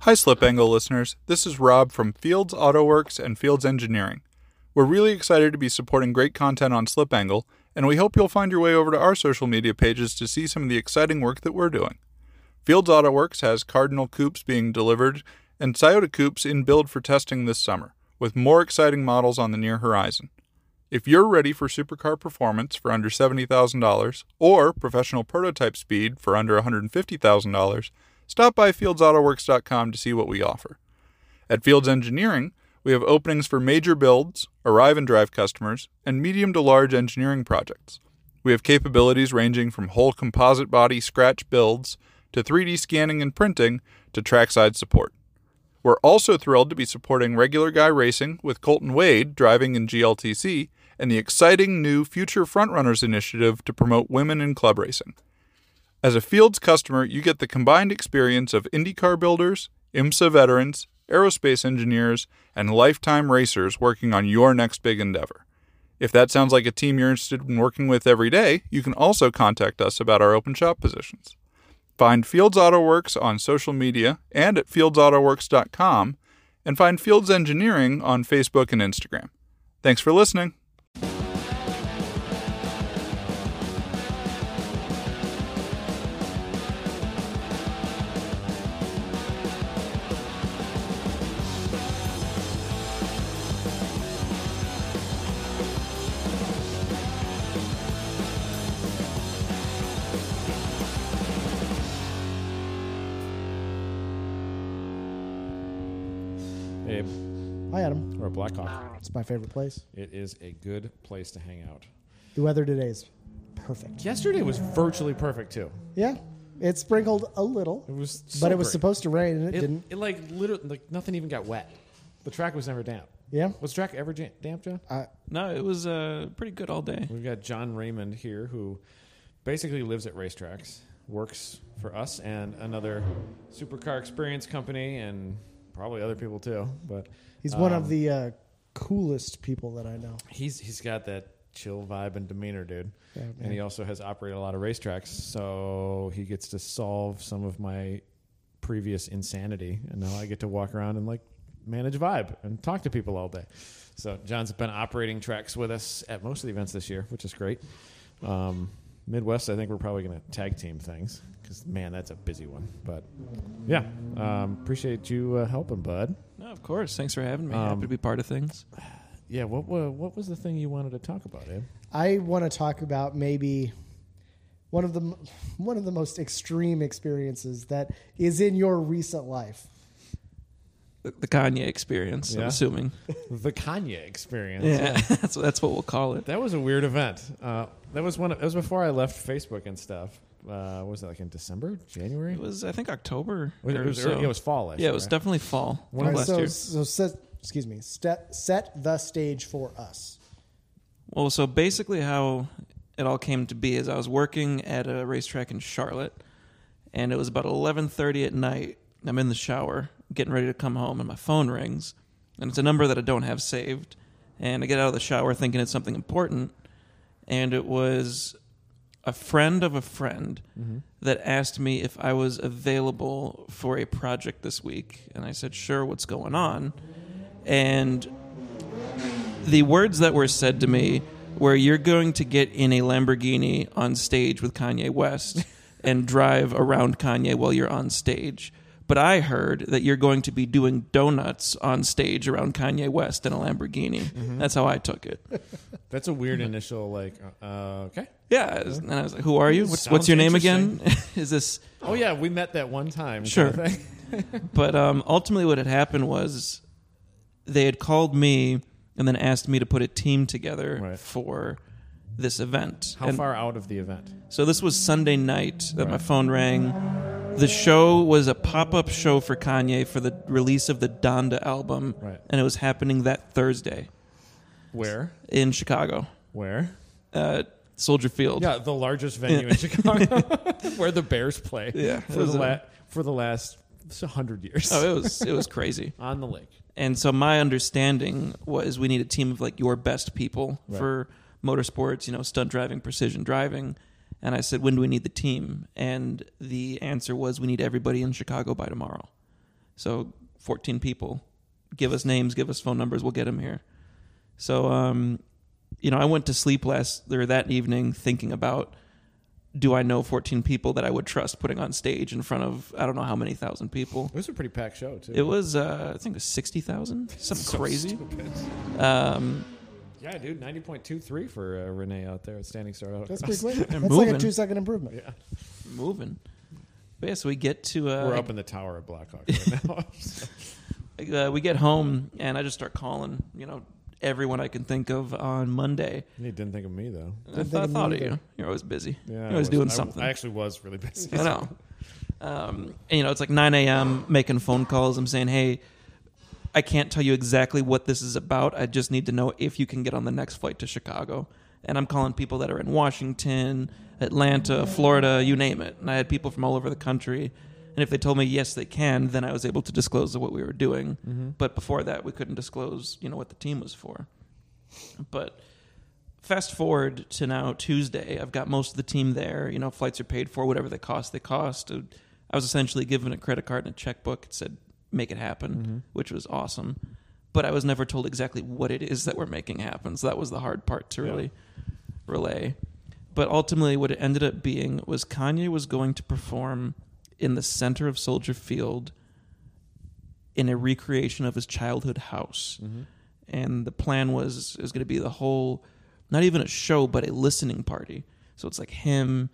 Hi, Slip Angle listeners. This is Rob from Fields Auto Works and Fields Engineering. We're really excited to be supporting great content on Slip Angle, and we hope you'll find your way over to our social media pages to see some of the exciting work that we're doing. Fields Auto Works has Cardinal coupes being delivered and Toyota coupes in build for testing this summer, with more exciting models on the near horizon. If you're ready for supercar performance for under $70,000 or professional prototype speed for under $150,000, stop by fieldsautoworks.com to see what we offer. At Fields Engineering, we have openings for major builds, arrive and drive customers, and medium to large engineering projects. We have capabilities ranging from whole composite body scratch builds to 3D scanning and printing to trackside support. We're also thrilled to be supporting Regular Guy Racing with Colton Wade driving in GLTC and the exciting new Future Frontrunners initiative to promote women in club racing. As a Fields customer, you get the combined experience of IndyCar builders, IMSA veterans, aerospace engineers, and lifetime racers working on your next big endeavor. If that sounds like a team you're interested in working with every day, you can also contact us about our open shop positions. Find Fields Auto Works on social media and at fieldsautoworks.com, and find Fields Engineering on Facebook and Instagram. Thanks for listening. Babe, Hi, Adam. we're at Blackhawk. It's my favorite place. It is a good place to hang out. The weather today is perfect. Yesterday was virtually perfect too. Yeah, it sprinkled a little, It was, but it was slippery. supposed to rain and it, It, didn't. it like literally, like nothing even got wet. The track was never damp. Yeah. Was track ever jam- damp, John? No, it was uh, pretty good all day. We've got John Raymond here, who basically lives at racetracks, works for us and another supercar experience company, and probably other people too. But He's one of um, the uh, coolest people that I know. he's he's got that chill vibe and demeanor, dude. Yeah, and man. he also has operated a lot of racetracks, so he gets to solve some of my previous insanity, and now I get to walk around and like manage vibe and talk to people all day. So John's been operating tracks with us at most of the events this year, which is great. Um, Midwest, I think we're probably going to tag team things because man, that's a busy one. But yeah, um, appreciate you uh, helping, bud. No, of course. Thanks for having me. Um, Happy to be part of things. Yeah, what wa- what was the thing you wanted to talk about, Abe? I want to talk about maybe one of the m- one of the most extreme experiences that is in your recent life. The, the Kanye experience. Yeah. I'm assuming. the Kanye experience. Yeah, that's that's what we'll call it. That was a weird event. Uh, that was one. Of, that was before I left Facebook and stuff. Uh, what was that like in December, January? It was I think October. Was it, or it was so. early- it was fall. I yeah, said, it was right? definitely fall. One of All right, last so, year. so set, excuse me, set, set the stage for us. Well, so basically, how it all came to be is I was working at a racetrack in Charlotte, and it was about eleven thirty at night. I'm in the shower, getting ready to come home, and my phone rings, and it's a number that I don't have saved. And I get out of the shower thinking it's something important, and it was a friend of a friend that asked me if I was available for a project this week, and I said, "Sure, what's going on?" And the words that were said to me were you're going to get in a Lamborghini on stage with Kanye West and drive around Kanye while you're on stage. But I heard that you're going to be doing donuts on stage around Kanye West in a Lamborghini. Mm-hmm. That's how I took it. That's a weird Mm-hmm. initial. Like, uh, uh, okay. Yeah, and I was like, "Who are you? What's, Sounds what's your name again? Is this Oh yeah, we met that one time. Sure. Kind of thing. but um, ultimately, what had happened was they had called me and then asked me to put a team together Right. for this event. How And- far out of the event? So this was Sunday night that my phone rang. The show was a pop-up show for Kanye for the release of the Donda album, Right. and it was happening that Thursday Where? in Chicago, Where? uh, Soldier Field. Yeah, the largest venue in Chicago, where the Bears play. Yeah, it for was the a- la- for the last hundred years Oh, it was it was crazy. on the lake. And so my understanding was we need a team of like your best people Right. for motorsports, you know, stunt driving, precision driving. And I said, when do we need the team? And the answer was we need everybody in Chicago by tomorrow. So 14 people, give us names, give us phone numbers, we'll get them here. So, um, you know, I went to sleep last or that evening thinking about do I know 14 people that I would trust putting on stage in front of I don't know how many thousand people. It was a pretty packed show too. It was uh, I think it was 60,000, something crazy. yeah, dude, ninety point two three for uh, Renee out there, at standing start out. That's pretty quick. That's like moving. a two second improvement. Moving. But yeah, so we get to uh, We're up in the tower at Blackhawk right now. uh, we get home and I just start calling, you know, everyone I can think of on Monday. you didn't think of me though. I think thought, of thought me of either. you. You're always busy. Yeah, You're I always doing I- something. I actually was really busy. I know. Um, and, you know, it's like 9 a.m. making phone calls. I'm saying, hey, I can't tell you exactly what this is about. I just need to know if you can get on the next flight to Chicago. And I'm calling people that are in Washington, Atlanta, Florida, you name it. And I had people from all over the country. And if they told me yes, they can, then I was able to disclose what we were doing. But before that, we couldn't disclose, you know, what the team was for. But fast forward to now Tuesday, I've got most of the team there. You know, flights are paid for, whatever they cost, they cost. Uh, I was essentially given a credit card and a checkbook. It said, make it happen, which was awesome. But I was never told exactly what it is that we're making happen. So that was the hard part to really relay. But ultimately, what it ended up being was Kanye was going to perform in the center of Soldier Field in a recreation of his childhood house. And the plan was is going to be the whole, not even a show, but a listening party. So it's like him,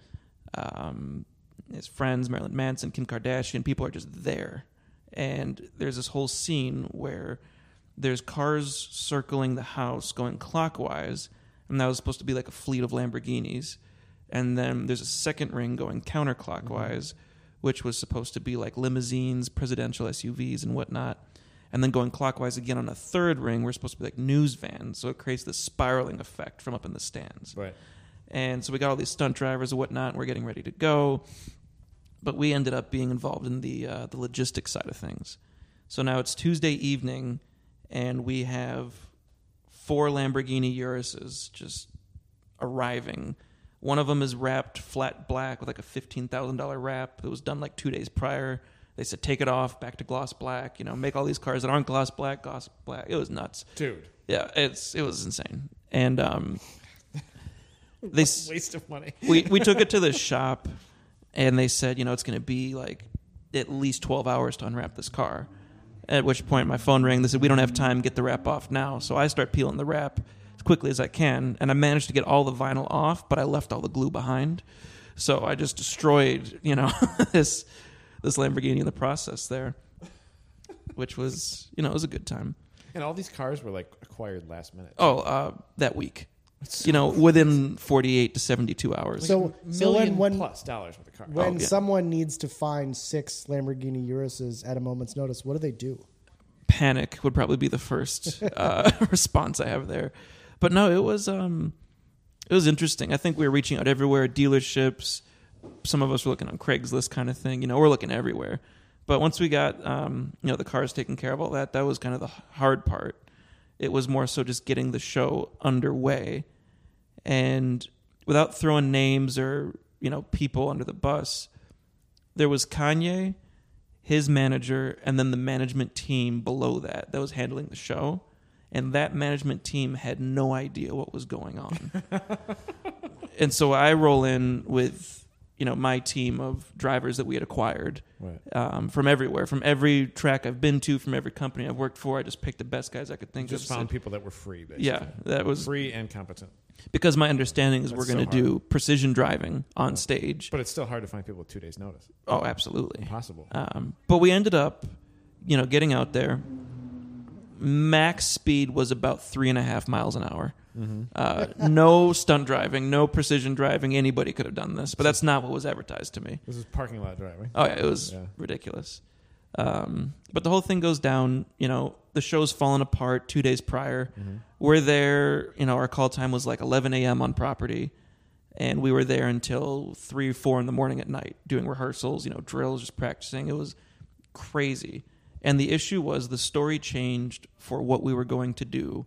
um, his friends, Marilyn Manson, Kim Kardashian, people are just there. And there's this whole scene where there's cars circling the house going clockwise, and that was supposed to be like a fleet of Lamborghinis. And then there's a second ring going counterclockwise, which was supposed to be like limousines, presidential SUVs, and whatnot. And then going clockwise again on a third ring, we're supposed to be like news vans. So it creates this spiraling effect from up in the stands. Right. And so we got all these stunt drivers and whatnot. And we're getting ready to go, but we ended up being involved in the uh, the logistics side of things. So now it's Tuesday evening, and we have four Lamborghini Uruses just arriving. One of them is wrapped flat black with like a fifteen thousand dollar wrap that was done like two days prior. They said take it off, back to gloss black. You know, make all these cars that aren't gloss black, gloss black. It was nuts. Dude, Yeah, it's it was insane. And um, they s- waste of money. we we took it to the shop, and they said, you know, it's going to be like at least twelve hours to unwrap this car. At which point, my phone rang. They said, we don't have time. Get the wrap off now. So I start peeling the wrap as quickly as I can, and I managed to get all the vinyl off, but I left all the glue behind. So I just destroyed, you know, this this Lamborghini in the process there, which was, you know, it was a good time. And all these cars were like acquired last minute. Oh, uh, that week. you know, within 48 to 72 So, hours. so when Million when plus dollars worth of cars. when Oh, yeah. someone needs to find six Lamborghini Uruses at a moment's notice, what do they do? panic would probably be the first uh, response I have there. But no, it was um, it was interesting. I think we were reaching out everywhere, dealerships. Some of us were looking on Craigslist, kind of thing. You know, we're looking everywhere. But once we got um, you know the cars taken care of, all that that was kind of the hard part. It was more so just getting the show underway, and without throwing names or you know people under the bus, there was Kanye, his manager, and then the management team below that that was handling the show. And that management team had no idea what was going on. and so I roll in with, you know, my team of drivers that we had acquired Right. um, from everywhere, from every track I've been to, from every company I've worked for. I just picked the best guys I could think Just of. found people that were free, basically. yeah, that was Free and competent. because my understanding is That's we're so going to hard. do precision driving on stage. But it's still hard to find people with two days' notice. Oh, absolutely. Impossible. Um, but we ended up, you know, getting out there. Max speed was about three and a half miles an hour. Uh, no stunt driving, no precision driving. Anybody could have done this, but that's not what was advertised to me. This is parking lot driving. Oh yeah, it was Yeah. ridiculous. Um, but the whole thing goes down. You know, the show's fallen apart two days prior. We're there. You know, our call time was like 11 a.m. on property, and we were there until three, four in the morning at night doing rehearsals. You know, drills, just practicing. It was crazy. And the issue was the story changed for what we were going to do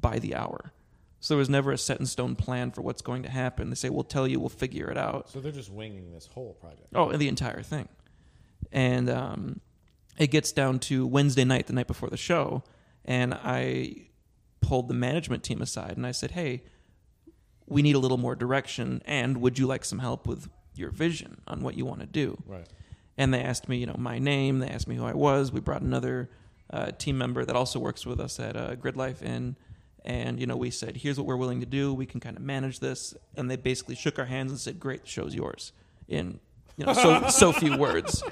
by the hour. So there was never a set in stone plan for what's going to happen. They say, "We'll tell you. We'll figure it out." uh, So they're just winging this whole project. Oh, and the entire thing. And um, it gets down to Wednesday night, the night before the show, and I pulled the management team aside and I said, "Hey, we need a little more direction, and would you like some help with your vision on what you want to do?" Right. And they asked me, you know, my name. They asked me who I was. We brought another uh, team member that also works with us at uh, Grid Life in, and you know, we said, "Here's what we're willing to do. We can kind of manage this." And they basically shook our hands and said, "Great, the show's yours." In you know, so so few words.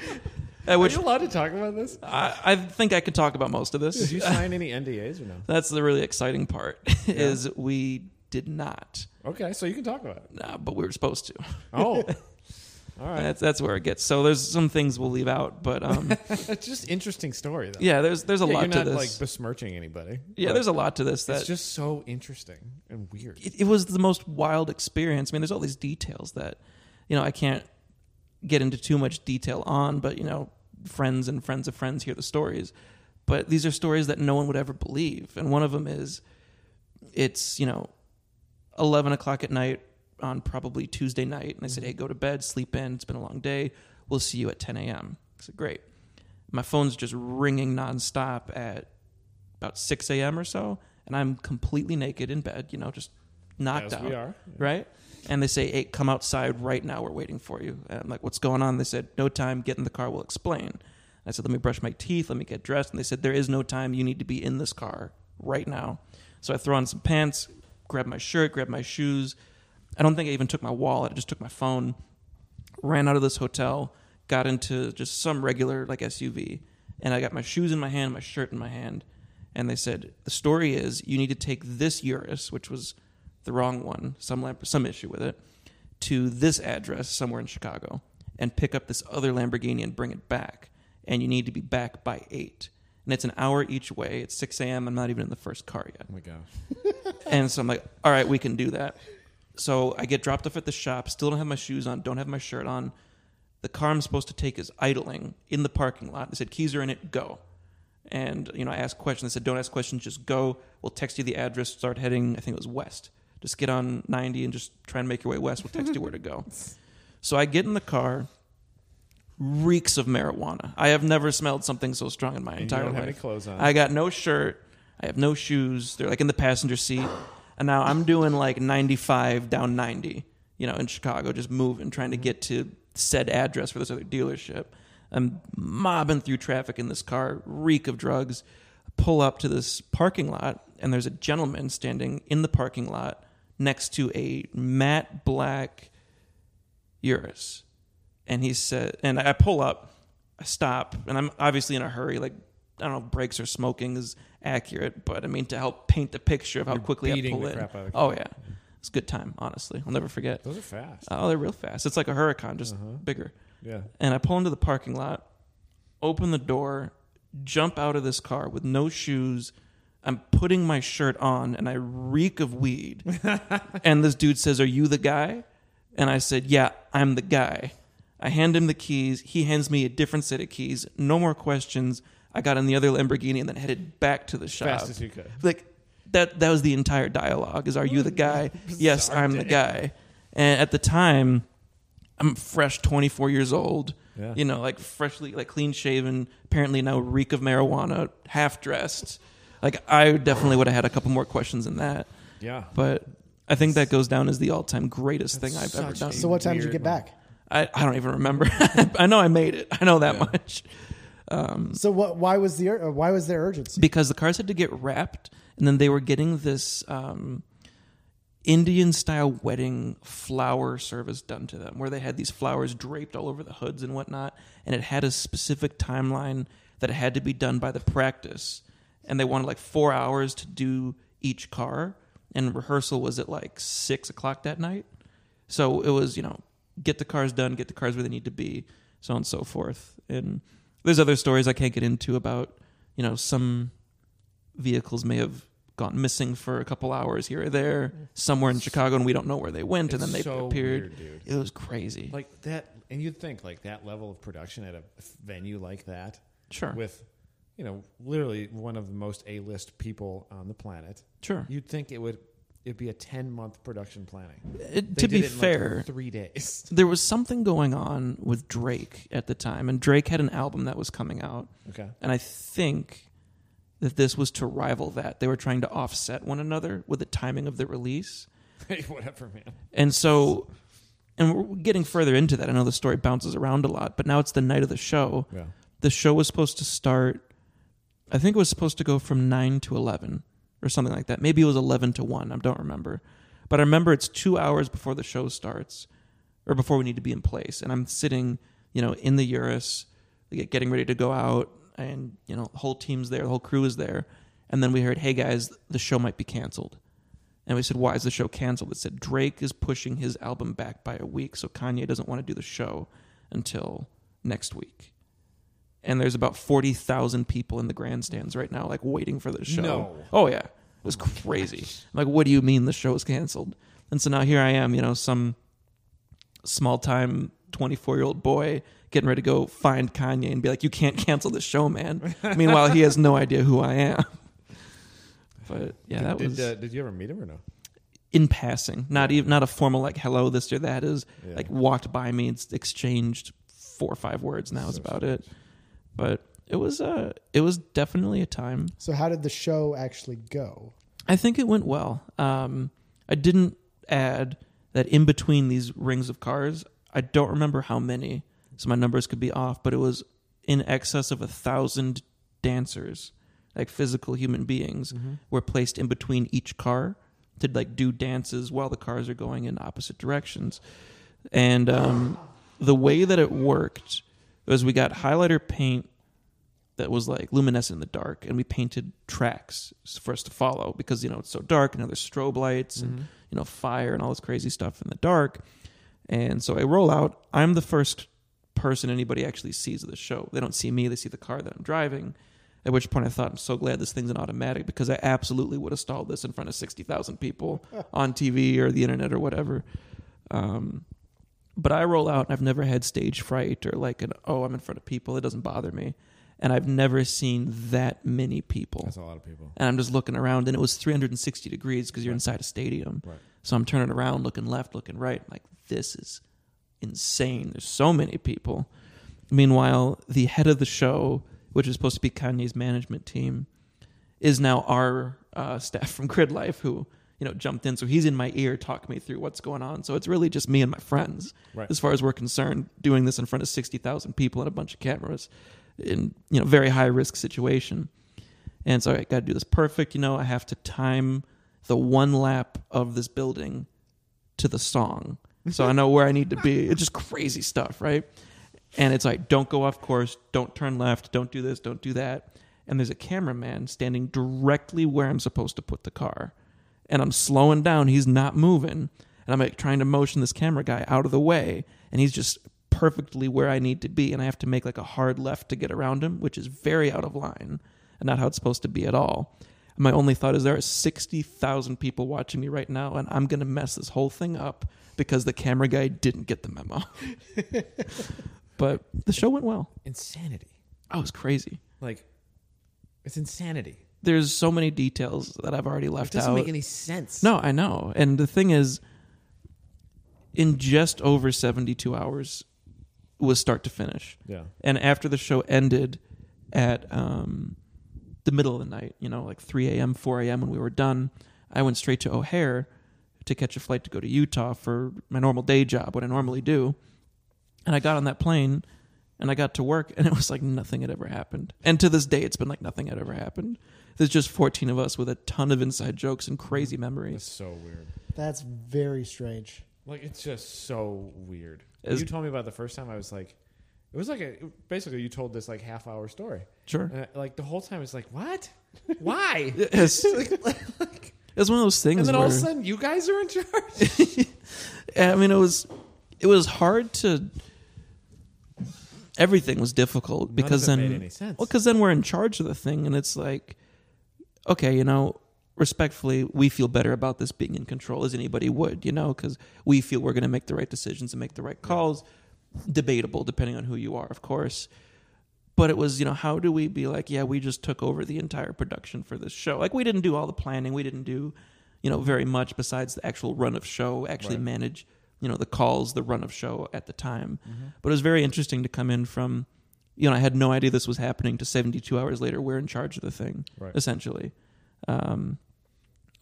At Are which you allowed to talk about this? I, I think I could talk about most of Did this. you sign any NDAs or no? That's the really exciting part is we did not, Okay, so you can talk about it. uh, but we were supposed to. Oh, all right. That's that's where it gets. So there's some things we'll leave out, but um, That's just interesting story though. yeah, there's there's a Yeah, lot you're not to this. like besmirching anybody. yeah, but there's a lot to this It's that just so interesting and weird. it, it was the most wild experience. I mean, there's all these details that, you know, I can't get into too much detail on, but you know, friends and friends of friends hear the stories. But these are stories that no one would ever believe, and one of them is, it's you know, eleven o'clock at night on probably Tuesday night, and Mm-hmm. they said, "Hey, go to bed, sleep in. It's been a long day. We'll see you at ten a.m." I said, "Great." My phone's just ringing nonstop at about 6 a.m. or so, and I'm completely naked in bed, you know, just knocked As out. we are. Right? And they say, hey, come outside right now. We're waiting for you. And I'm like, what's going on? They said, no time. Get in the car. We'll explain. I said, let me brush my teeth. Let me get dressed. And they said, there is no time. You need to be in this car right now. So I throw on some pants, grab my shirt, grab my shoes. I don't think I even took my wallet. I just took my phone ran out of this hotel, got into just some regular like SUV, and I got my shoes in my hand, my shirt in my hand, and they said the story is you need to take this Urus, which was the wrong one, some lamp, some issue with it, to this address somewhere in Chicago, and pick up this other Lamborghini and bring it back, and you need to be back by eight. And it's an hour each way. It's 6 a.m. I'm not even in the first car yet. Oh my gosh. And so I'm like, all right, we can do that. So I get dropped off at the shop, still don't have my shoes on, don't have my shirt on. The car I'm supposed to take is idling in the parking lot. They said, keys are in it, go. And, you know, I asked questions. They said, don't ask questions, just go. We'll text you the address, start heading, I think it was west. Just get on 90 and just try and make your way west. We'll text you where to go. So I get in the car, reeks of marijuana. I have never smelled something so strong in my And you entire don't life. have any clothes on. I got no shirt. I have no shoes. They're like in the passenger seat. And now I'm doing like 95 down 90, you know, in Chicago, just moving, trying to get to said address for this other dealership. I'm mobbing through traffic in this car, reek of drugs. Pull up to this parking lot, and there's a gentleman standing in the parking lot next to a matte black Urus. And he said, and I pull up, I stop, and I'm obviously in a hurry. Like, I don't know if brakes or smoking is accurate, but I mean, to help paint the picture of how quickly I beating pull the in. crap out of the oh, yeah. It's a good time, honestly. I'll never forget. Those Uh-huh. are fast. Oh, they're real fast. It's like a hurricane, just bigger. yeah. And I pull into the parking lot, open the door, jump out of this car with no shoes. I'm putting my shirt on and I reek of weed. and this dude says, Are you the guy? And I said, Yeah, I'm the guy. I hand him the keys. He hands me a different set of keys. No more questions. I got in the other Lamborghini and then headed back to the shop. Fast as you could. Like that that was the entire dialogue is are you the guy? yes, I'm the guy. And at the time, I'm fresh 24 years old. Yeah. You know, like freshly like clean shaven, apparently now reek of marijuana, half dressed. Like I definitely would have had a couple more questions than that. Yeah. But I think that goes down as the all-time greatest thing I've ever such done. a- So what time did you Weird get back? I, I don't even remember. I know I made it. I know that much. So what? Why was the ur- uh, why was there urgency? because the cars had to get wrapped and then they were getting this um, indian style wedding flower service done to them where they had these flowers draped all over the hoods and whatnot and it had a specific timeline that it had to be done by the practice and they wanted like four hours to do each car and rehearsal was at like six o'clock that night so it was, you know, get the cars done, get the cars where they need to be, so on and so forth. And there's other stories I can't get into about, you know, some vehicles may have gone missing for a couple hours here or there, somewhere in Chicago, and we don't know where they went, and Mm. It's then they so appeared. weird, It was crazy. Like that, and you'd think like that level of production at a venue like that, Sure. with you know literally one of the most A list people on the planet. Sure. you'd think it would it'd be a ten month production planning. It, They to did be it in, like, fair, three days. there was something going on with Drake at the time, and Drake had an album that was coming out, Okay. and I think that this was to rival that. They were trying to offset one another with the timing of the release, Hey, whatever, man. and so, and we're getting further into that. I know the story bounces around a lot, but now it's the night of the show. Yeah. The show was supposed to start. I think it was supposed to go from nine to eleven or something like that. Maybe it was eleven to one. I don't remember, but I remember it's two hours before the show starts, or before we need to be in place. And I'm sitting, you know, in the Urus, like, getting ready to go out, and you know, the whole team's there, the whole crew is there, and then we heard, "Hey guys, the show might be canceled." And we said, why is the show canceled? It said Drake is pushing his album back by a week, so Kanye doesn't want to do the show until next week. And there's about 40,000 people in the grandstands right now, like waiting for the show. No. Oh, yeah. It was crazy. I'm like, what do you mean the show is canceled? And so now here I am, you know, some small time 24 year old boy getting ready to go find Kanye and be like, you can't cancel the show, man. Meanwhile, he has no idea who I am. But yeah, that did, was uh, did you ever meet him or no? in passing, not even not a formal like hello this or that is Yeah. like walked by me and s- exchanged four or five words and that was about it. But it was uh it was definitely a time. So how did the show actually go? I think it went well. Um I didn't add that in between these rings of cars, I don't remember how many, so my numbers could be off, but it was in excess of a thousand dancers, like physical human beings, were placed in between each car to like do dances while the cars are going in opposite directions. And um, the way that it worked was we got highlighter paint that was like luminescent in the dark, and we painted tracks for us to follow because you know it's so dark. And there's strobe lights and you know fire and all this crazy stuff in the dark. And so I roll out. I'm the first person anybody actually sees of the show. They don't see me. They see the car that I'm driving. At which point I thought, I'm so glad this thing's an automatic because I absolutely would have stalled this in front of 60,000 people on TV or the internet or whatever. Um, but I roll out and I've never had stage fright or like an, oh, I'm in front of people. It doesn't bother me. And I've never seen that many people That's a lot of people. and I'm just looking around, and it was 360 degrees because you're inside a stadium. Right. So I'm turning around, looking left, looking right. like, this is insane. There's so many people. Meanwhile, the head of the show, which is supposed to be Kanye's management team, is now our uh, staff from Grid Life who you know jumped in. So he's in my ear, talking me through what's going on. So it's really just me and my friends, Right. as far as we're concerned, doing this in front of 60,000 people and a bunch of cameras in you know very high risk situation. And so I got to do this perfect. You know, I have to time the one lap of this building to the song. So I know where I need to be. It's just crazy stuff, right? And it's like, don't go off course, don't turn left, don't do this, don't do that. And there's a cameraman standing directly where I'm supposed to put the car. And I'm slowing down, he's not moving. And I'm like trying to motion this camera guy out of the way. And he's just perfectly where I need to be. And I have to make like a hard left to get around him, which is very out of line and not how it's supposed to be at all. And my only thought is there are 60,000 people watching me right now, and I'm going to mess this whole thing up because the camera guy didn't get the memo. but the show went well. Insanity. Oh, it was crazy. Like, it's insanity. There's so many details that I've already It left doesn't out. make any sense. No, I know. And the thing is, in just over 72 hours was start to finish. Yeah. And after the show ended at um, the middle of the night, you know, like 3 a.m., 4 a.m., when we were done, I went straight to O'Hare to catch a flight to go to Utah for my normal day job, what I normally do. And I got on that plane and I got to work and it was like nothing had ever happened. And to this day, it's been like nothing had ever happened. There's just 14 of us with a ton of inside jokes and crazy It's memories. so weird. That's very strange. Like it's just so weird. Is- you told me about it the first time. I was like, it was like a basically you told this like half hour story. Sure. And I, like the whole time it's like what? Why? It's, it's one of those things. and then where, all of a sudden you guys are in charge. I mean, it was it was hard to. Everything was difficult because it then, made any sense. well, because then we're in charge of the thing, and it's like, okay, you know, respectfully, we feel better about this being in control as anybody would, you know, because we feel we're going to make the right decisions and make the right calls. Debatable, depending on who you are, of course. But it was, you know, how do we be like, yeah, we just took over the entire production for this show? Like, we didn't do all the planning. We didn't do, you know, very much besides the actual run of show, actually Right. manage, you know, the calls, the run of show at the time. Mm-hmm. But it was very interesting to come in from, you know, I had no idea this was happening to 72 hours later, we're in charge of the thing, Right. essentially. Um,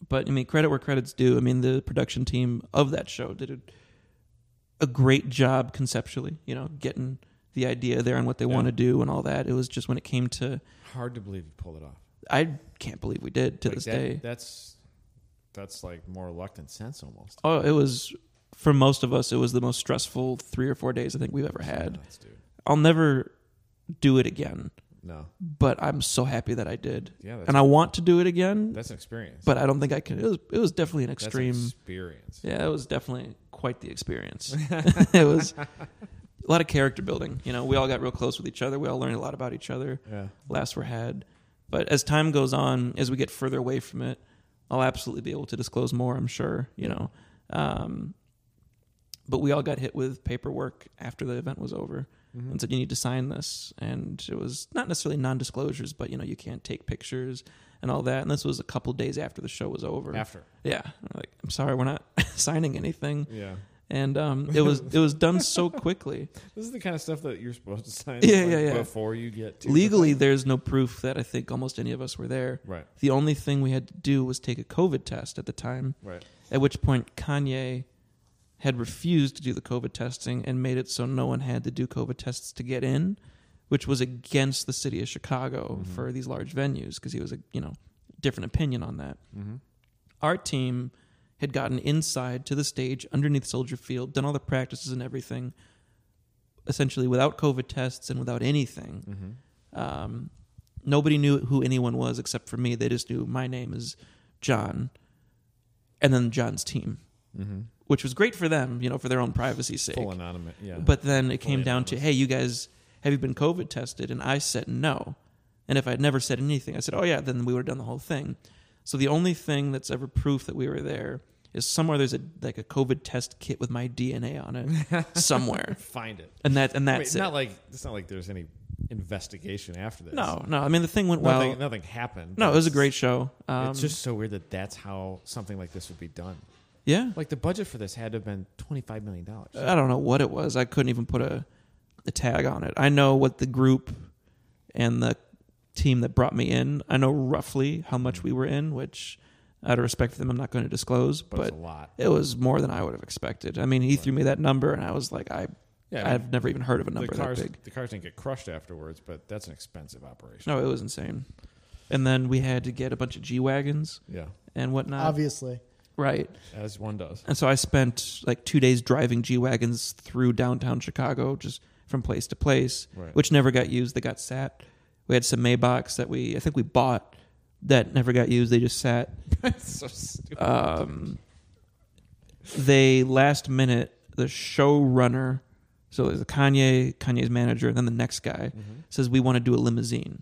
but I mean, credit where credit's due. I mean, the production team of that show did a, a great job conceptually, you know, getting the idea there and what they Yeah. want to do and all that. It was just when it came to, Hard to believe you pulled it off. I can't believe we did to Like, this that- day. That's that's like more luck than sense almost. Oh, it was for most of us. It was the most stressful three or four days I think we've ever had. Nuts, dude. I'll never do it again, No, but I'm so happy that I did, yeah, that's, and I want to do it again. that's an experience. But I don't think I can. It was it was definitely an that's extreme. an experience. yeah, it was definitely quite the experience. it was a lot of character building. You know, we all got real close with each other. We all learned a lot about each other. Yeah. Last were had. But as time goes on, as we get further away from it, I'll absolutely be able to disclose more, I'm sure, you know. Um, but we all got hit with paperwork after the event was over Mm-hmm. and said, you need to sign this. And it was not necessarily non disclosures, but, you know, you can't take pictures and all that. And this was a couple days after the show was over. After. Yeah. I'm like, I'm sorry, we're not signing anything. Yeah. And um, it was it was done so quickly. This is the kind of stuff that you're supposed to sign. Yeah, like, yeah, yeah. Before you get to the Legally, thing. there's no proof that I think almost any of us were there. Right. The only thing we had to do was take a COVID test at the time, Right. at which point Kanye had refused to do the COVID testing and made it so no one had to do COVID tests to get in, which was against the city of Chicago for these large venues because he was a you know different opinion on that. Mm-hmm, Our team had gotten inside to the stage underneath Soldier Field, done all the practices and everything, essentially without COVID tests and without anything. mm-hmm. Um, nobody knew who anyone was except for me. They just knew my name is John, and then John's team, which was great for them, you know, for their own privacy sake. Mm-hmm. Full anonymous. Yeah. But then it came Fully down to, hey, you guys, have you been COVID tested? And I said no. And if I'd never said anything, I said, oh, yeah, then we would have done the whole thing. So the only thing that's ever proof that we were there is somewhere there's a like a COVID test kit with my DNA on it somewhere. find it. And that and I mean, that's it's not it. like it's not like there's any investigation after this. no, no. I mean the thing went Nothing. well. nothing happened. No, but it was a it's- great show. Um, it's just so weird that that's how something like this would be done. yeah. Like the budget for this had to have been twenty five million dollars. I don't know what it was. I couldn't even put a, a tag on it. I know what the group and the team that brought me in. I know roughly how much we were in, which out of respect for them, I'm not going to disclose. but it's But a lot. it was more than I would have expected. I mean, he threw me that number, and I was like, I, Yeah, I mean, I've never even heard of a the number cars, that big. the cars didn't get crushed afterwards, but that's an expensive operation. No, it was insane. And then we had to get a bunch of G wagons Yeah, and whatnot. Obviously, Right. as one does. And so I spent like two days driving G Wagons through downtown Chicago, just from place to place, Right. which never got used. They got sat. We had some Maybachs that we, I think we bought that never got used. They just sat. It's so stupid. Um, they last minute, the showrunner, so there's a Kanye, Kanye's manager, and then the next guy says, We want to do a limousine.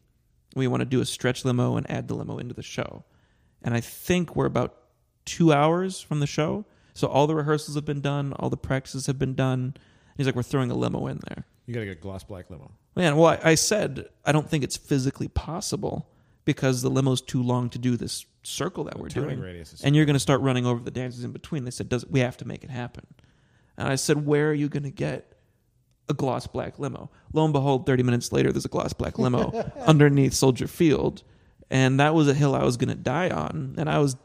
We want to do a stretch limo and add the limo into the show. And I think we're about two hours from the show. So all the rehearsals have been done, all the practices have been done. He's like, We're throwing a limo in there. you got to get a gloss black limo. Man, well, I, I said I don't think it's physically possible because the limo's too long to do this circle that we're turning doing, radius is- and you're going to start running over the dancers in between. They said, "Does we have to make it happen?" And I said, "Where are you going to get a gloss black limo?" Lo and behold, 30 minutes later, there's a gloss black limo underneath Soldier Field, and that was a hill I was going to die on, and I was.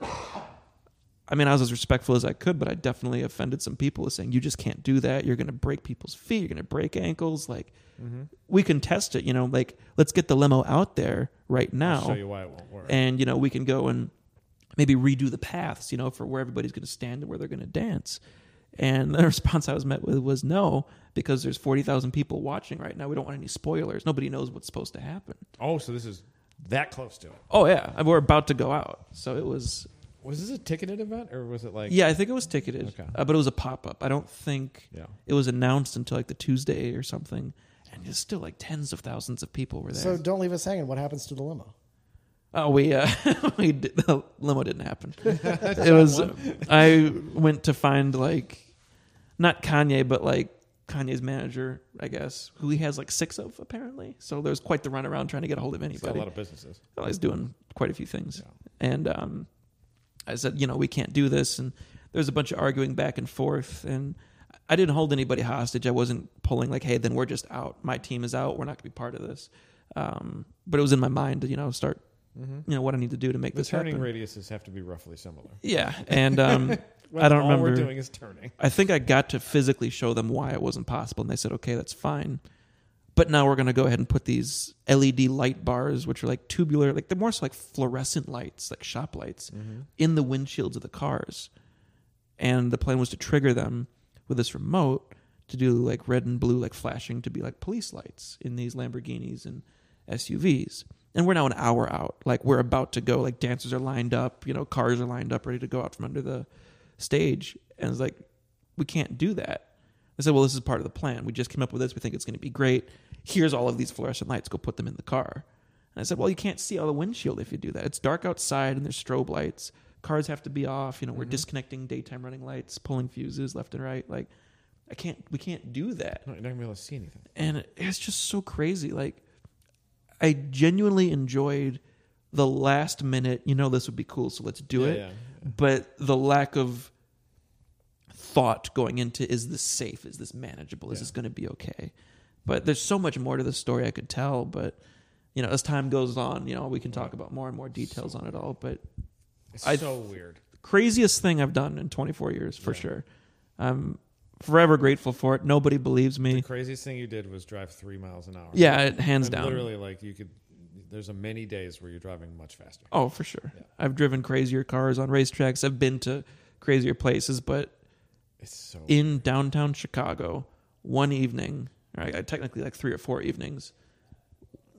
I mean, I was as respectful as I could, but I definitely offended some people saying, you just can't do that. You're going to break people's feet. You're going to break ankles. Like, we can test it, you know, like, let's get the limo out there right now. I'll show you why it won't work. And, you know, we can go and maybe redo the paths, you know, for where everybody's going to stand and where they're going to dance. And the response I was met with was no, because there's 40,000 people watching right now. We don't want any spoilers. Nobody knows what's supposed to happen. oh, so this is that close to it. Oh, yeah. and We're about to go out. So it was Was this a ticketed event or was it like? Yeah, I think it was ticketed, Okay. uh, but it was a pop up. I don't think Yeah. it was announced until like the Tuesday or something, and there's still like tens of thousands of people were there. so don't leave us hanging. What happens to the limo? oh, we uh, we did, the limo didn't happen. it was I went to find like not Kanye, but like Kanye's manager, I guess, who he has like six of apparently. So there's quite the runaround trying to get a hold of It's got a anybody. lot of businesses. Well, he's doing quite a few things, and um, I said, you know, we can't do this. And there was a bunch of arguing back and forth. And I didn't hold anybody hostage. I wasn't pulling like, hey, then we're just out. My team is out. We're not going to be part of this. Um, but it was in my mind to, you know, start, you know, what I need to do to make Mm-hmm. The this turning happen. radiuses have to be roughly similar. yeah. And um, I don't all remember. we're doing is turning. I think I got to physically show them why it wasn't possible, and they said, "Okay, that's fine." But now we're going to go ahead and put these LED light bars, which are like tubular, like they're more so like fluorescent lights, like shop lights, in the windshields of the cars. And the plan was to trigger them with this remote to do like red and blue, like flashing to be like police lights in these Lamborghinis and SUVs. And we're now an hour out. Like we're about to go. Like dancers are lined up, you know, cars are lined up, ready to go out from under the stage. And it's like, we can't do that. I said, well, this is part of the plan. We just came up with this. We think it's going to be great. Here's all of these fluorescent lights. Go put them in the car. And I said, well, you can't see out the windshield if you do that. It's dark outside and there's strobe lights. Cars have to be off. You know, we're disconnecting daytime running lights, pulling fuses left and right. Like, I can't, we can't do that No, you're not gonna be able to see anything. and it's just so crazy. Like, I genuinely enjoyed the last minute. You know, this would be cool, so let's do Yeah, it. yeah, But the lack of thought going into is this safe? Is this manageable? Is Yeah. this going to be okay? But there's so much more to the story I could tell. But you know, as time goes on, you know, we can talk about more and more details on it all. But It's I- so weird. craziest thing I've done in 24 years for sure. I'm forever grateful for it. Nobody believes The me. craziest thing you did was drive three miles an hour. Yeah, it, hands And down. Literally, like you could. There's a many days where you're driving much faster. Oh, for sure. I've driven crazier cars on racetracks. I've been to crazier places, but It's so. in downtown Chicago, one evening, or I- I technically like three or four evenings,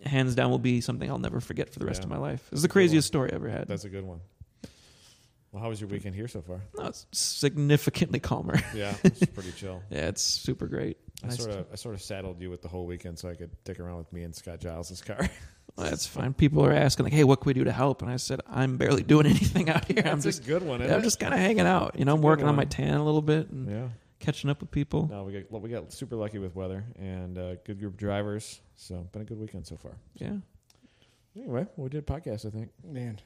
hands down will be something I'll never forget for the rest Yeah. of my life. It's the craziest story I ever had. that's a good one. Well, how was your weekend here so far? no, it's significantly calmer. Yeah, it's pretty chill. yeah, it's super great. I Nice sort to- of I sort of saddled you with the whole weekend so I could dick around with me and Scott Giles's car. Well, that's fine. People are asking like, "Hey, what can we do to help?" And I said, "I'm barely doing anything out here. I'm That's just, a good one. Isn't I'm it? just kind of hanging out. You know, I'm a good working on one. my tan a little bit and yeah. catching up with people." No, Uh, we got well, we got super lucky with weather and uh, good group of drivers. So been a good weekend so far. Yeah. Anyway, we did a podcast. I think Man,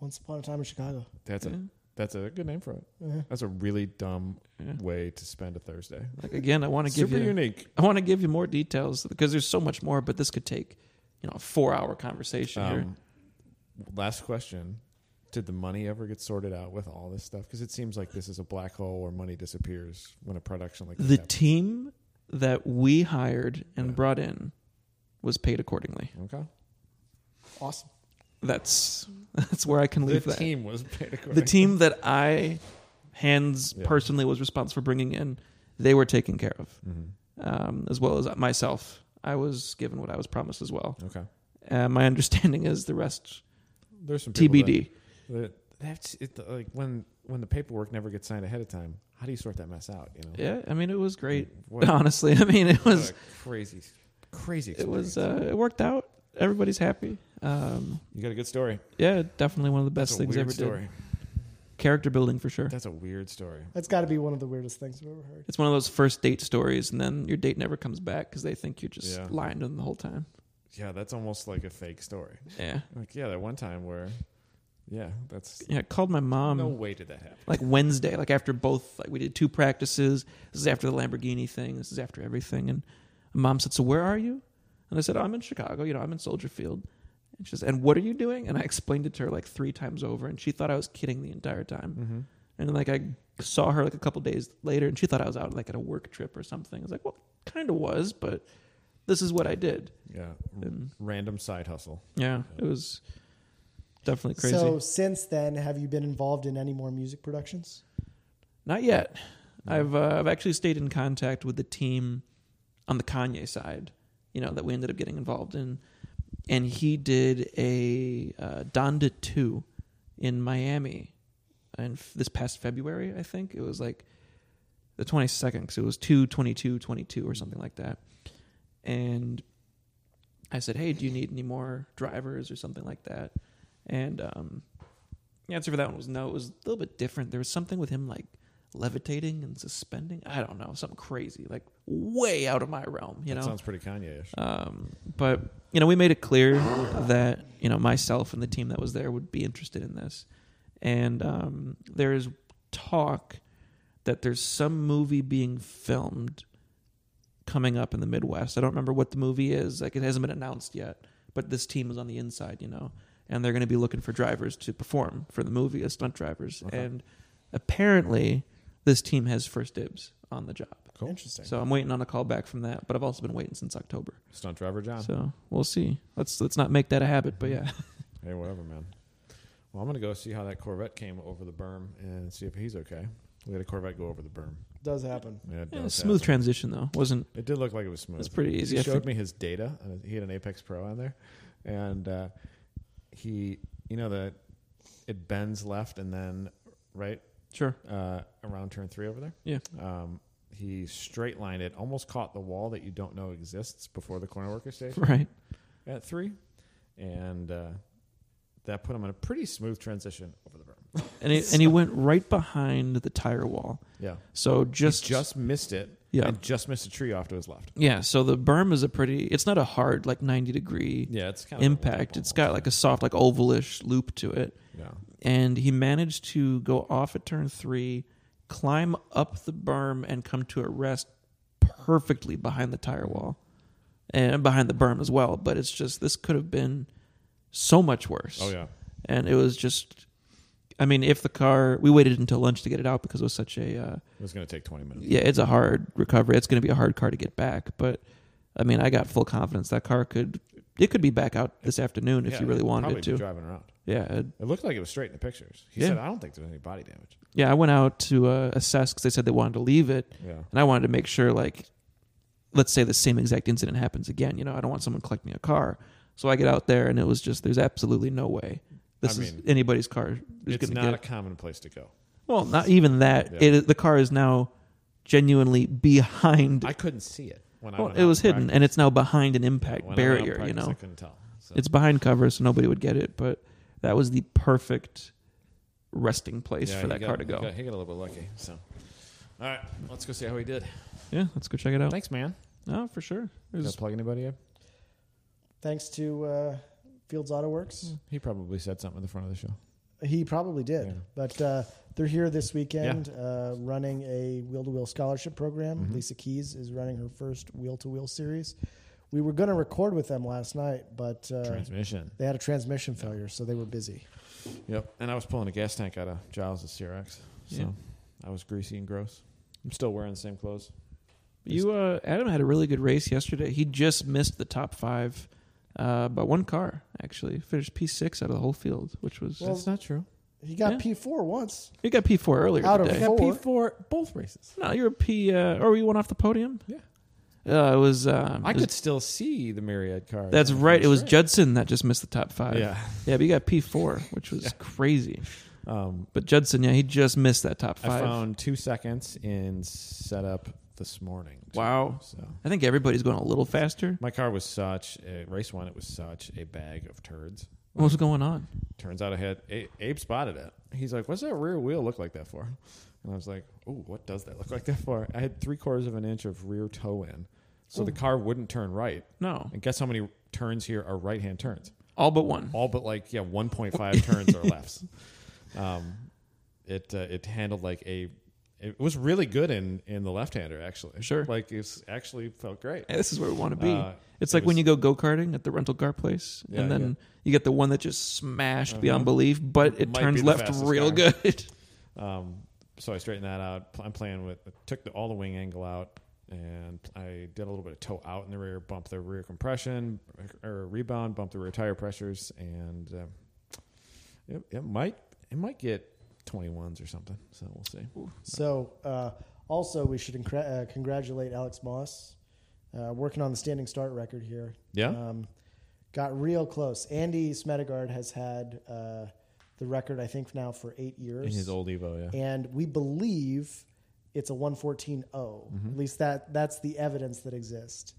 once upon a time in Chicago. Uh-huh. that's yeah. a that's a good name for it. Yeah. That's a really dumb Yeah. way to spend a Thursday. Like again, I want to give Super you unique. I want to give you more details because there's so much more, but this could take, you know, a four hour conversation here. Um, last question: Did the money ever get sorted out with all this stuff? Because it seems like this is a black hole where money disappears when a production like this The happens. team that we hired and Yeah. brought in was paid accordingly. okay. Awesome. That's that's where I can leave the that. team was paid accordingly. The team that I hands Yeah. personally was responsible for bringing in, they were taken care of, Mhm. um, as well as myself. I was given what I was promised as well. Okay. Uh, my understanding is the rest There's some people TBD. That, that, that's it, like when when the paperwork never gets signed ahead of time. How do you sort that mess out? You know. Yeah, I mean it was great. What, Honestly, I mean it what was a crazy, crazy. it Experience. was uh, it worked out. Everybody's happy. Um, you got a good story. yeah, definitely one of the best That's a things weird ever story. did. Character building for sure. That's a weird story. That's got to be one of the weirdest things I've ever heard. It's one of those first date stories, and then your date never comes back because they think you're just Yeah. lying to them the whole time. Yeah, that's almost like a fake story. Yeah, Like yeah, that one time where, yeah, that's yeah. I called my mom no way did that happen. like Wednesday, like after both, like we did two practices. This is after the Lamborghini thing. This is after everything. And my mom said, "So where are you?" And I said, oh, "I'm in Chicago. You know, I'm in Soldier Field." And she says, "And what are you doing?" And I explained it to her like three times over, and she thought I was kidding the entire time. And like I saw her like a couple days later, and she thought I was out like at a work trip or something. I was like, "Well, kind of was, but this is what I did." Yeah, r- And random side hustle. yeah, it was definitely crazy. So since then, have you been involved in any more music productions? Not yet. I've uh, I've actually stayed in contact with the team on the Kanye side, you know, that we ended up getting involved in, and he did a uh, Donda two in Miami, and f- this past February, I think it was like the twenty second, because it was two twenty two twenty two or something like that, and I said, hey, do you need any more drivers or something like that, and um, the answer for that one was no. It was a little bit different. There was something with him like levitating and suspending. I don't know, something crazy, like way out of my realm. You that know, sounds pretty Kanye-ish. um, but you know, we made it clear that you know myself and the team that was there would be interested in this, and um, there is talk that there's some movie being filmed coming up in the Midwest. I don't remember what the movie is; like it hasn't been announced yet. But this team is on the inside, you know, and they're going to be looking for drivers to perform for the movie as stunt drivers. And apparently, this team has first dibs on the job. Cool. Interesting. So I'm waiting on a call back from that, but I've also been waiting since October. Stunt driver John. So we'll see. Let's let's not make that a habit, but yeah. Hey, whatever, man. Well, I'm gonna go see how that Corvette came over the berm and see if he's okay. We had a Corvette go over the berm. Does happen. Yeah, it Yeah, does smooth happen. transition though. Wasn't It did look like it was smooth. it's pretty easy. He I showed think- me his data. Uh, he had an Apex Pro on there, and uh, he, you know, the it bends left and then right Sure. uh, around turn three over there. Yeah. Um, he straight lined it, almost caught the wall that you don't know exists before the corner worker station Right. at three, and uh, that put him in a pretty smooth transition over the berm. And he, and he went right behind the tire wall. Yeah, So just just just missed it. Yeah. and just missed a tree off to his left. yeah. So the berm is a pretty. It's not a hard like 90 degree Yeah, it's kind of a impact. loop It's almost. got like a soft like ovalish loop to it. yeah. And he managed to go off at turn three, climb up the berm, and come to a rest perfectly behind the tire wall, and behind the berm as well. But it's just this could have been so much worse. Oh yeah. and it was just i mean if the car we waited until lunch to get it out because it was such a uh, It was going to take 20 minutes. yeah it's a hard recovery it's going to be a hard car to get back but i mean i got full confidence that car could it could be back out this afternoon if Yeah, you really it'd wanted probably it be to driving around. yeah it- It looked like it was straight in the pictures. He Yeah. said, "I don't think there's any body damage." yeah i went out to uh, assess because they said they wanted to leave it Yeah, and i wanted to make sure like let's say the same exact incident happens again you know i don't want someone collecting a car so i get out there and it was just there's absolutely no way this I is mean, anybody's car is it's going to not get a common place to go. Well, not even that. Yeah. It the car is now genuinely behind. I couldn't see it when I. well, went it out was and hidden, practiced. and it's now behind an impact When I went out barrier. You practiced, I know, couldn't tell. So, it's behind cover, so nobody would get it. But that was the perfect resting place Yeah, for he that got- car to he go. got- he got a little bit lucky. So, all right, let's go see how he did. Yeah, let's go check it out. Thanks, man. No, for sure. It Did I was- plug anybody up? Thanks to uh, Fields Auto Hmm. Works. He probably said something at the front of the show. He probably did, Yeah. but uh, they're here this weekend uh, running a wheel to wheel scholarship program. Mm-hmm. Lisa Keys is running her first wheel to wheel series. We were going to record with them last night, but uh, Transmission. they had a transmission failure, so they were busy. Yep. And I was pulling a gas tank out of Giles' CRX, so Yeah. I was greasy and gross. I'm still wearing the same clothes. you, uh, Adam, had a really good race yesterday. He just missed the top five uh, by one car. Actually, finished P six out of the whole field, which was Well- That's not true. He got Yeah. P4 once. you got P four earlier Out of today. I got Four. P four both races. No, you're a P, uh, or you went off the podium. Yeah. uh, it was. Um, I it was- could still see the myriad cars. That's on the right. It first was race. Judson that just missed the top five. Yeah. yeah, but you got P four, which was crazy. Um, But Judson, yeah, he just missed that top I five. found two seconds in setup this morning. too. Wow. So I think everybody's going a little faster. my car was such a race one. It was such a bag of turds. What was going on? Turns out I had A- Abe spotted it. He's like, "What's that rear wheel look like that for?" And I was like, "Oh, what does that look like that for?" I had three quarters of an inch of rear toe in, so the car wouldn't turn right. No, And guess how many turns here are right hand turns? all but one. all but like yeah 1.5 turns or less um, it uh, it handled like a it was really good in in the left hander actually Sure. like it's actually felt great Hey, this is where we want to be. Uh, it's it like when was- you go go karting at the rental car place, Yeah, Uh-huh. and then you get the one that just smashed beyond belief, but it Might be turns the left fastest real car. good. um, so I straightened that out Pl- I'm playing with took the, all the wing angle out and I did a little bit of toe out in the rear bump the rear compression or rebound bump the rear tire pressures and um, it, it might it might get 21s or something so we'll see So, uh, also, we should incra- uh, congratulate Alex Moss, uh, working on the standing start record here. Yeah? Um, got real close. Andy Smedegaard has had uh, the record, I think, now for eight years. in his old Evo yeah and we believe it's a 114.0. At least that that's the evidence that exists.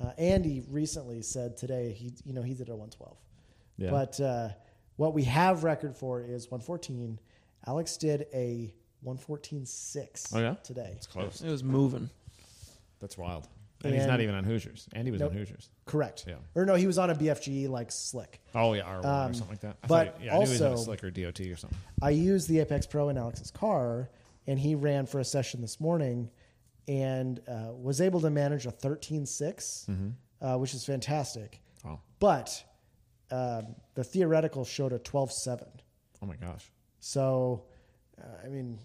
Uh, Andy recently said today he you know he did a 112, Yeah. but uh, what we have record for is 114. Alex did a 114.6 Oh, yeah? today. it's close It was moving. that's wild And he's And- not even on Hoosiers. And he was Nope. on Hoosiers. Correct. Yeah. Or no, he was on a BFG like slick. Oh yeah, R1 Um, or something like that. I but thought he- yeah, I knew he was on a also- slicker DOT or something. I used the Apex Pro in Alex's car, and he ran for a session this morning, and uh, was able to manage a 13.6, uh, which is fantastic. Oh, But um, the theoretical showed a 12.7. oh my gosh, So, uh, I mean,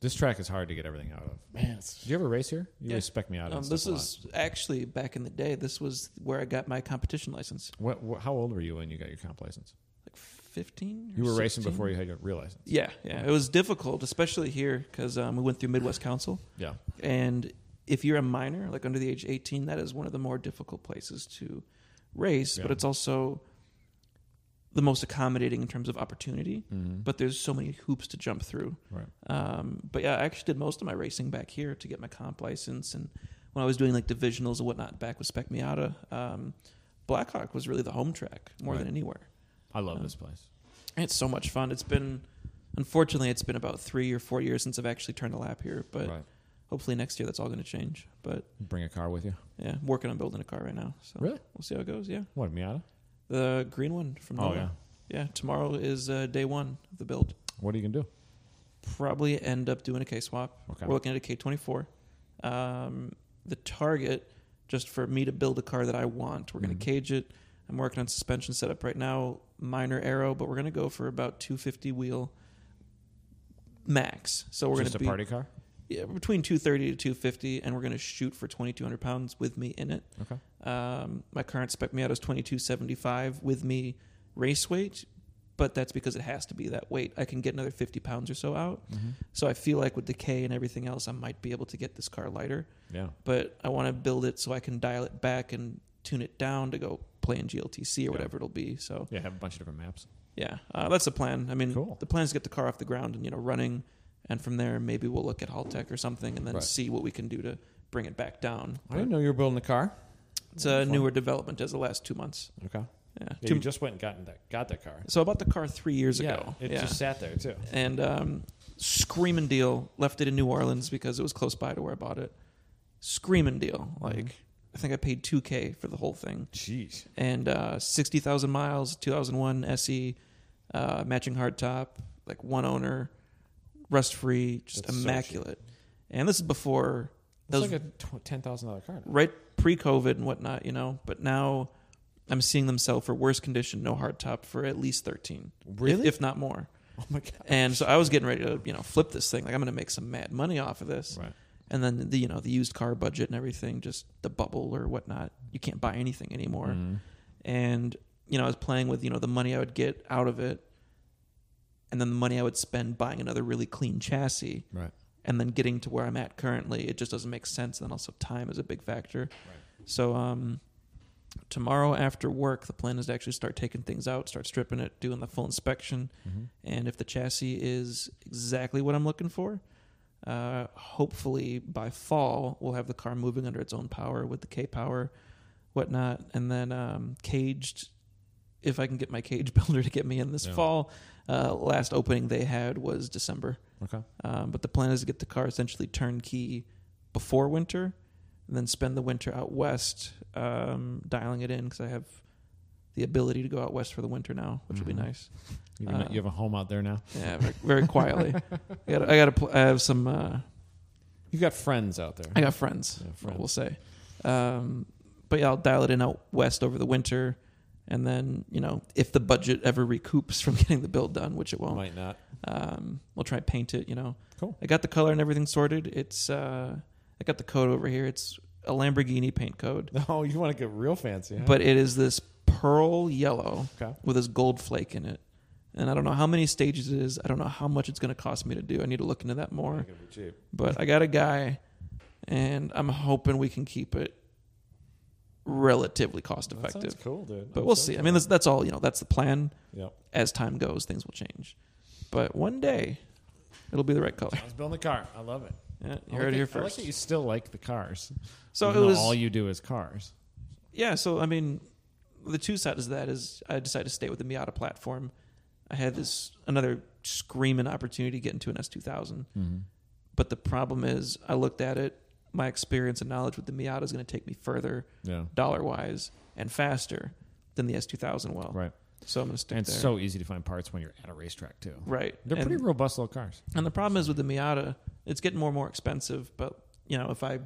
this track is hard to get everything out of. man, it's Did you ever race here? You Yeah. always spec me out. Um, on this stuff a is actually back in the day. This was where I got my competition license, lot. What, what, how old were you when you got your comp license? like fifteen. You were racing before you had your real license. Yeah, yeah. It was difficult, especially here, because um, we went through Midwest Council, Yeah. and if you're a minor, like under the age of eighteen, that is one of the more difficult places to race. But Yeah. it's also the most accommodating in terms of opportunity. Mm-hmm. But there's so many hoops to jump through. Right. Um, but yeah, I actually did most of my racing back here to get my comp license, and when I was doing like divisionals and whatnot back with Spec Miata, um, Blackhawk was really the home track more Right. than anywhere. I love this place. And It's so much fun. It's been, unfortunately, it's been about three or four years since I've actually turned a lap here, but right. hopefully next year that's all going to change. But Bring a car with you. yeah, I'm working on building a car right now, so Really? we'll see how it goes. Yeah, What a Miata? the green one from Oh, Nova. yeah. yeah. Tomorrow is uh, day one of the build. What are you gonna do? probably end up doing a K swap. Okay. We're looking at a K twenty four. Um, the target just for me to build a car that I want. We're Mm-hmm. going to cage it. I'm working on suspension setup right now, minor arrow, but we're going to go for about 250 wheel max. So we're going Just to a be party car. Yeah, between 230 to 250, and we're going to shoot for 2,200 pounds with me in it. Okay. Um, my current spec Miata is 2275 with me race weight, but that's because it has to be that weight. I can get another 50 pounds or so out. Mm-hmm. So I feel like with decay and everything else, I might be able to get this car lighter, Yeah. but I want to build it so I can dial it back and tune it down to go play in GLTC or whatever it'll be. So Yeah. Have a bunch of different maps. yeah, uh, that's the plan. I mean, Cool. the plan is to get the car off the ground and you know running, and from there maybe we'll look at Hall Tech or something, and then Right. see what we can do to bring it back down. I didn't know you were building a car. It's a newer development as the last two months. Okay. Yeah, Yeah, two, you just went and gotten that got that car. so I bought the car three years yeah. ago. It yeah, just sat there too. and um, screaming deal. Left it in New Orleans because it was close by to where I bought it. Screaming deal. Mm-hmm. Like I think I paid two k for the whole thing Jeez. and uh, 60,000 miles, 2001 SE, uh, matching hardtop, like one owner, rust free, just That's so immaculate. and this is before That's those like a tw- ten thousand dollar car. Now. right pre COVID and whatnot, you know. But now I'm seeing them sell for worse condition, no hardtop for at least 13, if- Really? if, not more. Oh my god. And so I was getting ready to, you know, flip this thing. Like I'm going to make some mad money off of this. Right. And then the you know the used car budget and everything, just the bubble or whatnot. You can't buy anything anymore Mm-hmm. and you know i was playing with you know the money i would get out of it and then the money i would spend buying another really clean chassis Right. and then getting to where i'm at currently it just doesn't make sense and then also time is a big factor Right. so um tomorrow after work the plan is to actually start taking things out start stripping it doing the full inspection Mm-hmm. and if the chassis is exactly what i'm looking for uh, hopefully by fall we'll have the car moving under its own power with the K power, whatnot, and then um, caged. If I can get my cage builder to get me in this Yeah. fall, uh, last opening they had was December, Okay. um, but the plan is to get the car essentially turnkey before winter, and then spend the winter out west um, dialing it in because I have the ability to go out west for the winter now, which will be Mm-hmm. nice. You have, a- Uh, you have a home out there now. Yeah, very, very quietly. I got I got to pl- I have some. Uh, You've got friends out there. I got friends, Yeah, friends. We'll say, um, but yeah, I'll dial it in out west over the winter, and then you know if the budget ever recoups from getting the build done, which it won't, Might not. um, we'll try and paint it. You know, Cool. I got the color and everything sorted. It's uh, I got the code over here. It's a Lamborghini paint code, No, you want to get real fancy. Huh? but it is this pearl yellow okay. with this gold flake in it. And I don't know how many stages it is. I don't know how much it's going to cost me to do. I need to look into that more Not gonna be cheap. but I got a guy, and I'm hoping we can keep it relatively cost That sounds effective. cool, dude. But I'm we'll so see. I glad. mean, that's, that's all you know. That's the plan. Yep. As time goes, things will change. But one day, it'll be the right color. I was building a car. I love it. I Yeah, you heard like it here that- I like first. that you still like the cars. So even it though was all you do is cars. yeah. So I mean, the two sides of that is I decided to stay with the Miata platform. I had this another Mm-hmm. screaming opportunity to get into an S2000, but the problem is I looked at it my experience and knowledge with the Miata is going to take me further Yeah. dollar wise and faster than the S2000 will. Right. So I'm going to stick And it's Oh, so there. easy to find parts when you're at a racetrack too. right. They're and, pretty robust little cars. and the problem is with the Miata, it's getting more and more expensive. But you know, if I,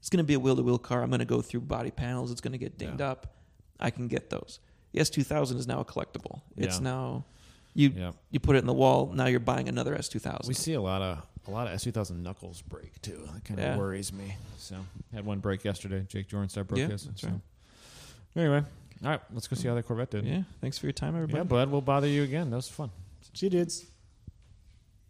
it's going to be a wheel to wheel car. I'm going to go through body panels. It's going to get dinged up. I can get those. The S2000 is now a collectible. It's Yeah. now, you Yeah. you put it in the wall. Now you're buying another S2000. We see a lot of a lot of S two thousand knuckles break too. That kind of Yeah. worries me. So had one break yesterday. Jake Jornstar broke Yeah, his. that's so. right. Anyway, all right, let's go see how that Corvette did. yeah. Thanks for your time, everybody. yeah, bud. We'll bother you again. That was fun. See you, dudes.